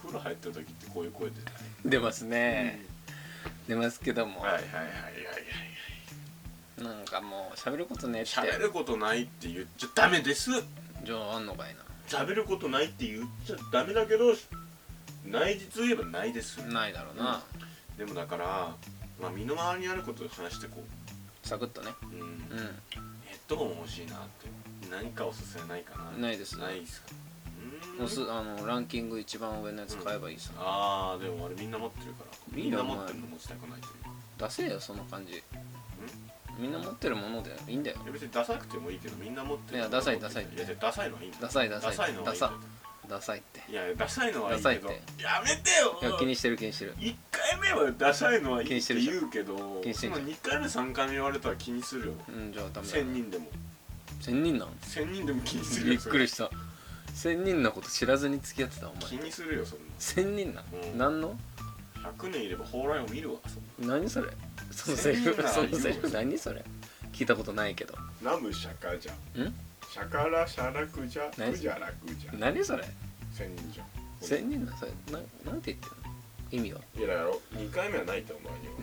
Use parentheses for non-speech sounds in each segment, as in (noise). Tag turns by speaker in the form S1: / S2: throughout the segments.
S1: 風呂入ってる時ってこういう声出ない
S2: 出ますね、出ますけども、
S1: はいはいはいはいはい
S2: なんかもう喋ることねえって
S1: 喋ることないって言っちゃダメです
S2: じゃああんのかい
S1: 喋ることないって言っちゃダメだけど内実を言えばないです
S2: なないだろうな、
S1: でもだから、まあ、身の回りにあることを話してこ
S2: サクッとね
S1: う、うん
S2: う
S1: ヘッドホン欲しいなって何かおすすめないかな
S2: ないです
S1: ないですかうん
S2: おすあのランキング一番上のやつ買えばいいさ、
S1: ああでもあれみんな持ってるからみ
S2: み
S1: ん
S2: ん
S1: な
S2: な
S1: 持
S2: 持
S1: っ
S2: ってて
S1: る
S2: る
S1: の持ちたくないというか
S2: 出せよその感じみんな持ってるものでいいんだよ
S1: いや別にダサくてもいいけどみんな持ってる
S2: いやダサいダサい
S1: いやダサいのはいいんだよ
S2: ダサいダサい
S1: ダサいのはいいんだよ
S2: ダサいって
S1: いやダサいのはいいけど
S2: ダサ
S1: や
S2: いっ
S1: めてよ
S2: いや気にしてる気にしてる
S1: 1回目はダサいのはい
S2: 気
S1: い
S2: に
S1: っ
S2: して
S1: て
S2: るじゃん
S1: 言うけど
S2: 気にして
S1: その
S2: んじゃん
S1: 2回目3回目言われたら気にするよ
S2: うんじゃあダメだ
S1: 1000人でも
S2: 千人なの
S1: 1000人でも気にするよ
S2: (laughs) びっくりした千人のこと知らずに付き合ってたお
S1: それ気
S2: 前
S1: にするよそん
S2: 千人なの、
S1: うん
S2: 何の
S1: な100年いれば蓬莱を見るわそんな
S2: 何それそのセリ
S1: 千人
S2: フ
S1: な
S2: そのセリ
S1: 言う
S2: フ何それ聞いたことないけど
S3: ラムシャカじゃん
S2: ん
S3: シャカラシャラクジャ
S2: 何
S3: クジャラクジャ
S2: 何それ
S3: 千人じゃん
S2: 千人なのそれななんて言ってるの意 (laughs) 味はい
S3: やだろ2回目はないと思うよ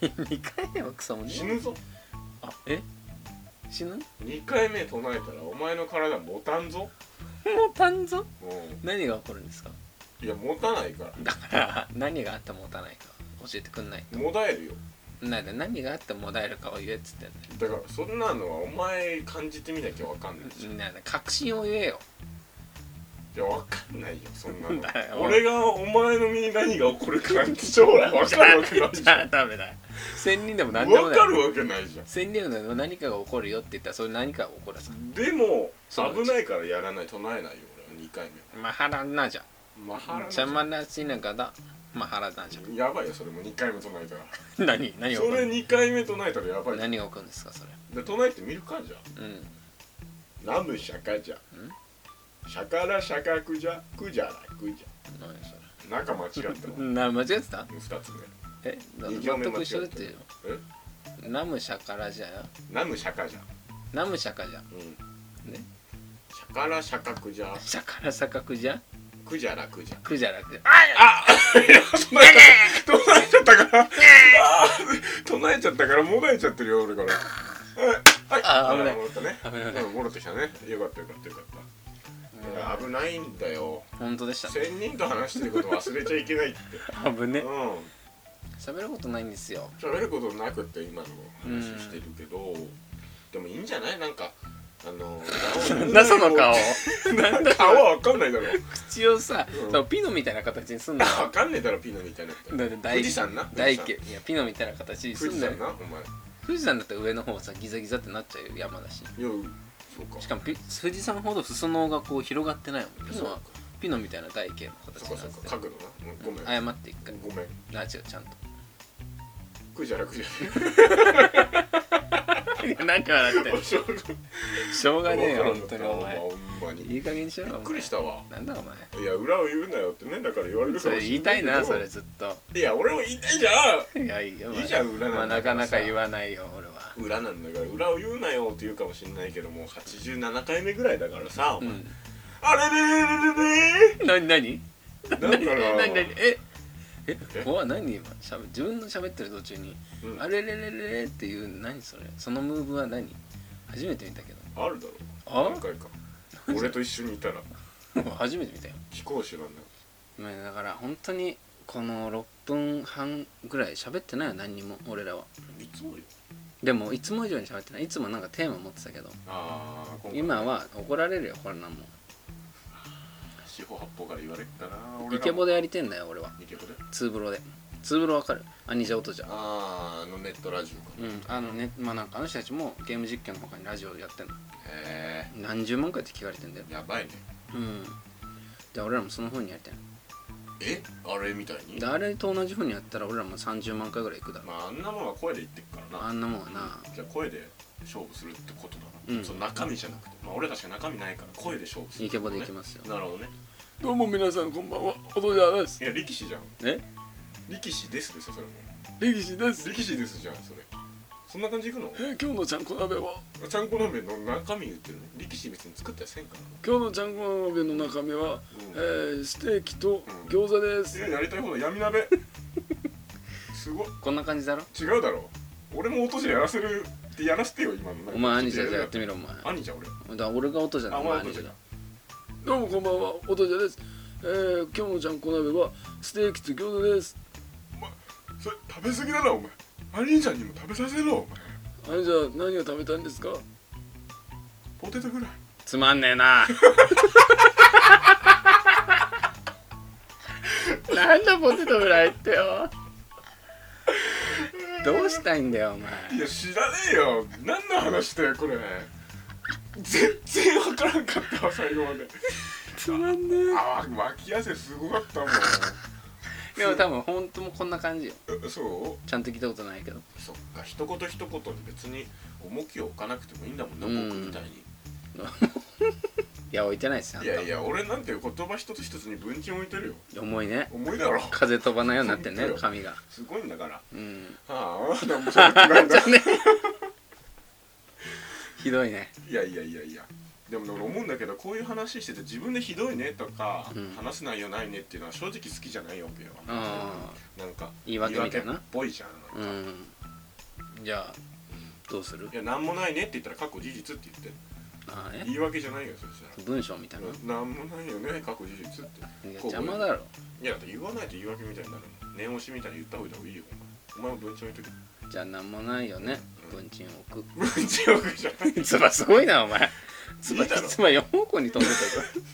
S2: 2回目は草もね
S3: 死ぬぞ
S2: あえ死ぬも
S3: 2回目唱えたらお前の体持たんぞ
S2: うパンぞ
S3: う
S2: 何が起こるんですか
S3: んいや持たないから
S2: だから何があっても持たないか教えてくんない
S3: もだえるよ
S2: なんで何があってもだえるかを言えっつってんだ
S3: だからそんなのはお前感じてみなきゃわかんないでしょ
S2: よなんで確信を言えよ
S3: いやわかんないよそんな
S2: (laughs) だよ
S3: の俺がお前の身に何が起こるかなんて将来わかるわけないじ
S2: じ
S3: ゃ
S2: ゃあダメだ千人でも (laughs) 何
S3: ん
S2: でも
S3: わ
S2: ない
S3: かるわけないじゃん
S2: 千人でも何かが起こるよって言ったらそれ何かが起こらさ
S3: でも
S2: そう
S3: 危ないからやらない唱えないよ俺は2回
S2: マハラナじゃ
S3: 目マハラ
S2: 邪魔なしながらマハラナじゃ
S3: やばいよそれも2回目唱えたら
S2: (laughs) 何何が
S3: そ
S2: 起こ
S3: れ
S2: る
S3: 2回目唱えたらやばい
S2: 何が起こるんですかそれ
S3: で唱えてみるかじゃ
S2: うん
S3: あラムシャカじゃシャカラシャカクジャクジャラクジ
S2: 何そ
S3: ャ中間違っても
S2: れな間違ってた
S3: 2つ
S2: えだ
S3: 二行目
S2: 全く一緒だって
S3: 間違っ
S2: 言う
S3: て
S2: よ
S3: 目え
S2: ナムシャカラじゃよ
S3: ラムシャカじゃ
S2: ナムシャカじゃ
S3: うん
S2: ね
S3: シャカラシャカクジャ
S2: シャカラサカクジャ
S3: クジャラクジャ
S2: クジャラクジャ
S3: いや唱えた唱えちゃったからあー唱えちゃったからもがいちゃってるよ俺からはいは
S2: あー
S3: い
S2: 危ない
S3: 戻ったね
S2: 危ない危ない
S3: うん戻ってきたねよかったよかったよかったいや危ないんだよ
S2: 本当でした
S3: 千人と話してること忘れちゃいけないって
S2: (laughs) 危ね
S3: うん
S2: 喋ることないんですよ
S3: 喋ることなくって今の話してるけど、でもいいんじゃないなんかあの
S2: (laughs) なんだその顔なんだ
S3: 顔は分かんないだろ
S2: 口をさ、
S3: うん
S2: そのピノみたいな形にすんな
S3: 分かんねえだろピノみたいなって
S2: だって大
S3: 富士山な
S2: 大家いやピノみたいな形にす
S3: 富
S2: ん
S3: 士
S2: なよ
S3: 山なお前
S2: 富士山だって上の方さギザギザってなっちゃうよ山だし
S3: いやそうか
S2: しかもピ富士山ほど裾野がこう広がってないもんピ
S3: そう
S2: ノ
S3: か
S2: はピノみたいな大形の形
S3: そう
S2: に
S3: かそ
S2: な
S3: う
S2: って
S3: か
S2: て
S3: 角度な、うん、ごめん、
S2: 謝って一回
S3: ごめん
S2: あ違うち
S3: (laughs)
S2: ゃんと
S3: クジャラクジャ
S2: 何か笑って
S3: ラしょう
S2: しょうがねえよ
S3: 分か
S2: 本当
S3: ん
S2: に
S3: な
S2: お
S3: かった
S2: 前
S3: ほんまにび
S2: いい加減にしろよ
S3: っくりしたわ
S2: お前なんだお前
S3: いや裏を言うなよってねだから言われるか
S2: そ
S3: も
S2: れ
S3: し
S2: 言
S3: れ
S2: いた
S3: ない
S2: い
S3: けど
S2: なそれずっと
S3: いや俺も言いたいじゃ
S2: いやいいよ
S3: いいじゃん裏なんだ
S2: まあな
S3: か
S2: かな
S3: ら
S2: か
S3: さ
S2: 言わないよ俺は
S3: ん裏なんだから裏を言うなよって言うかもしれないけどもう87回目ぐらいだからさ、お
S2: う
S3: 前
S2: ん
S3: あれれ
S2: 何何
S3: れれれだから
S2: 何何ええ
S3: え
S2: 怖い何今しゃべ自分の喋ってる途中に「
S3: うん
S2: あれれれれれ」っていう何それそのムーブは何初めて見たけど
S3: あるだろ
S2: あ
S3: 何回か俺と一緒にいたら
S2: 初めて見たよ
S3: 飛行士なんだよ
S2: まあだから本当にこの6分半ぐらい喋ってないよ何にも俺らはい
S3: つもよ
S2: でもいつも以上に喋ってないいつもなんかテーマ持ってたけど
S3: ああ
S2: 今は怒られるよこれなんも
S3: 四方八方から言われたな俺
S2: イ
S3: ら
S2: ケボ
S3: で
S2: でやりてんだよ俺は
S3: イケボで
S2: ツーブロでツーブロわかるアニジャ音じゃん
S3: あああのネットラジオか
S2: うんあのねまあなんかあの人たちもゲーム実況の他にラジオやってんの
S3: へ
S2: 何十万回って聞かれてんだよ
S3: えやばいね
S2: うんで俺らもその風にやりたい
S3: えあれみたいに
S2: であれと同じ風にやったら俺らも30万回ぐらいいくだろ
S3: まああんなもんは声で言ってっからな
S2: あんなもんはな
S3: じゃあ声で勝負するってことだな、
S2: うん
S3: その中身じゃなくて、まあ、俺たちが中身ないから声で勝負する
S2: イケボでいきますよ
S3: なるほどね
S2: どうも皆さんこんばんはお父さんです
S3: いや力士じゃん
S2: え
S3: 力士ですですよそれも
S2: 力士です
S3: 力士ですじゃんそれそんな感じいくの
S2: 今日のちゃんこ鍋は
S3: ちゃんこ鍋の中身言ってるね力士別に作っったらせんか
S2: 今日のちゃんこ鍋の中身は、えーステーキと餃子です、
S3: らやりたいほど闇鍋 (laughs) すごい
S2: こんな感じだろ
S3: 違うだろ俺も落としやらせるってやらせてよ今の
S2: お前兄ちゃんじゃあやって
S3: み
S2: みろお前だか
S3: 兄ちゃん俺
S2: ら俺が音じゃない
S3: あ
S2: お
S3: お前
S2: 前
S3: 落
S2: 兄
S3: と
S2: ちゃ
S3: し
S2: んだ
S3: だ
S2: どうもこんばんは音じゃです、えー、今日のちゃんこ鍋はステーキと餃子です
S3: それ食べ過ぎだなお前兄ちゃんにも食べさせろお前
S2: 兄ちゃん何が食べたんですか
S3: ポテトフライ
S2: つまんねえ (laughs) ななんだポテトフライってよどうしたいんだよお前
S3: いや知らねえよ何の話だよこれ全然わからんかったわ最後まで
S2: つまんね
S3: ああ脇汗すごかったもん
S2: えでも多分本当もこんな感じよ
S3: えそ
S2: ちゃんと聞いたことないけど
S3: うそっか一言一言に別に重きを置かなくてもいいんだもんな、
S2: うん
S3: 僕みたいに
S2: いや置いてないですよ
S3: いやいや俺なんて言葉一つ一つに文鎮置いてるよ
S2: 重いね
S3: 重いだろ
S2: 風飛ばないようになってんね
S3: 本当よ
S2: 髪が
S3: すごいんだから
S2: うん
S3: はあ何も喋ってないんだ
S2: ひどいね
S3: (laughs) いやいやいやいやでもね俺思うんだけどこういう話してて自分でひどいねとか、
S2: うん
S3: 話す内容ないねっていうのは正直好きじゃないわけよ
S2: あ
S3: なんか
S2: 言い訳みたいな
S3: 言っぽいじゃん
S2: あうんじゃあどうする
S3: いや何もないねって言ったら過去事実って言って
S2: ああね
S3: 言い訳じゃないよそしたら
S2: 文章みたいな
S3: 何もないよね過去事実って
S2: いや邪魔だろ
S3: いやだって言わないと言い訳みたいになるもん念押しみたいに言った方がいいよお前お前も文鎮置いとけ
S2: じゃあなんもないよね文鎮置く
S3: 文鎮置くじゃない
S2: (laughs) つばすごいなお前つば
S3: いいだろ
S2: つば4方向に飛んでたぞ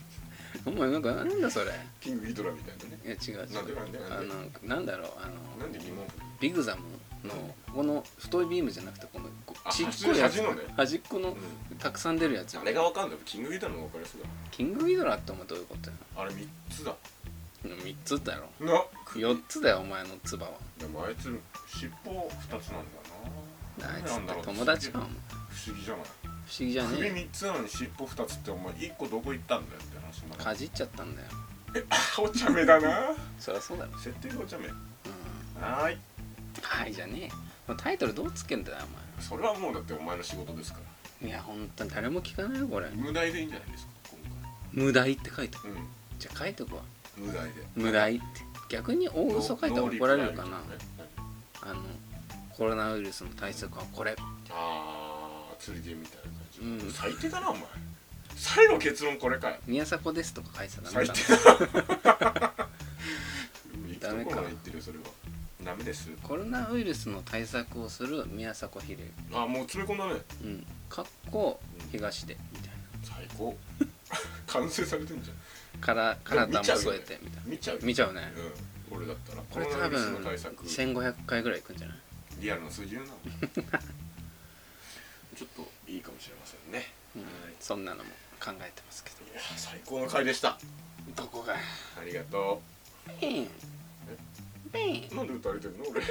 S2: お前なんかなんだそれ
S3: キングヒドラみたいなね
S2: いや違う違う
S3: なんでなんでな
S2: あ
S3: んで
S2: のなんだろうあ
S3: な
S2: の
S3: んで疑問
S2: ビグザムのこの太いビームじゃなくてこのこ
S3: あ
S2: ちっこいやつ
S3: 端のね
S2: 端っこのたくさん出るやつ
S3: あれがわかんないキングヒドラの方が分かりそう
S2: キングギドラってお前どういうことや
S3: だあれ3つだ
S2: 3つだろ
S3: な
S2: 4つだよお前の唾は
S3: でもあいつ尻尾2つなんだな
S2: あい
S3: なんだろ
S2: つ
S3: う
S2: 友達かお前
S3: 不思議じゃない
S2: 不思議じゃね
S3: 首
S2: え
S3: 3つなのに尻尾2つってお前1個どこ行ったんだよって話になる
S2: かじっちゃったんだよ
S3: お茶目だな
S2: そりゃそうだろ
S3: 設定がお茶目
S2: うん
S3: はーい
S2: はいじゃねえもうタイトルどうつけんだよお
S3: それはもうだってお前の仕事ですから
S2: 前いや本当に誰も聞かないよこれ
S3: 無題でいいんじゃないですか
S2: 無題って書いて
S3: 今回う
S2: じゃあ書いとくわ
S3: ん無題で
S2: 無題って逆に大嘘書いたら怒られ
S3: ノーリプラ
S2: るかな
S3: イみたいね
S2: あのコロナウイルスの対策はこれ
S3: ああ釣りでみたいな感じ、
S2: うん
S3: 最低だなお前最後結論これかい
S2: 宮迫ですとか書いてたらダ
S3: 最
S2: メだ
S3: 低
S2: な
S3: だ
S2: ダメ
S3: 行くとこ
S2: か
S3: ろまで言ってるよそれはダメです
S2: コロナウイルスの対策をする宮迫秀
S3: あもう詰め込んだね
S2: 幸うんかっこ東でみたい
S3: 最高完成されてんじゃん
S2: なから体も添えてみたい
S3: 見ちゃう
S2: な見ちゃうね
S3: うん俺だったら
S2: これ
S3: コ
S2: 多
S3: ロナウイルス
S2: 分
S3: の対策
S2: 1500回ぐらいいくんじゃない
S3: リアルな数字
S2: (laughs)
S3: 言うなちょっといいかもしれませんね
S2: うん
S3: はい
S2: そんなのも考えてますけ
S3: いや最高の回でした
S2: どどこが
S3: ありがと
S2: ペンペン
S3: うなんで歌われてるの俺 (laughs)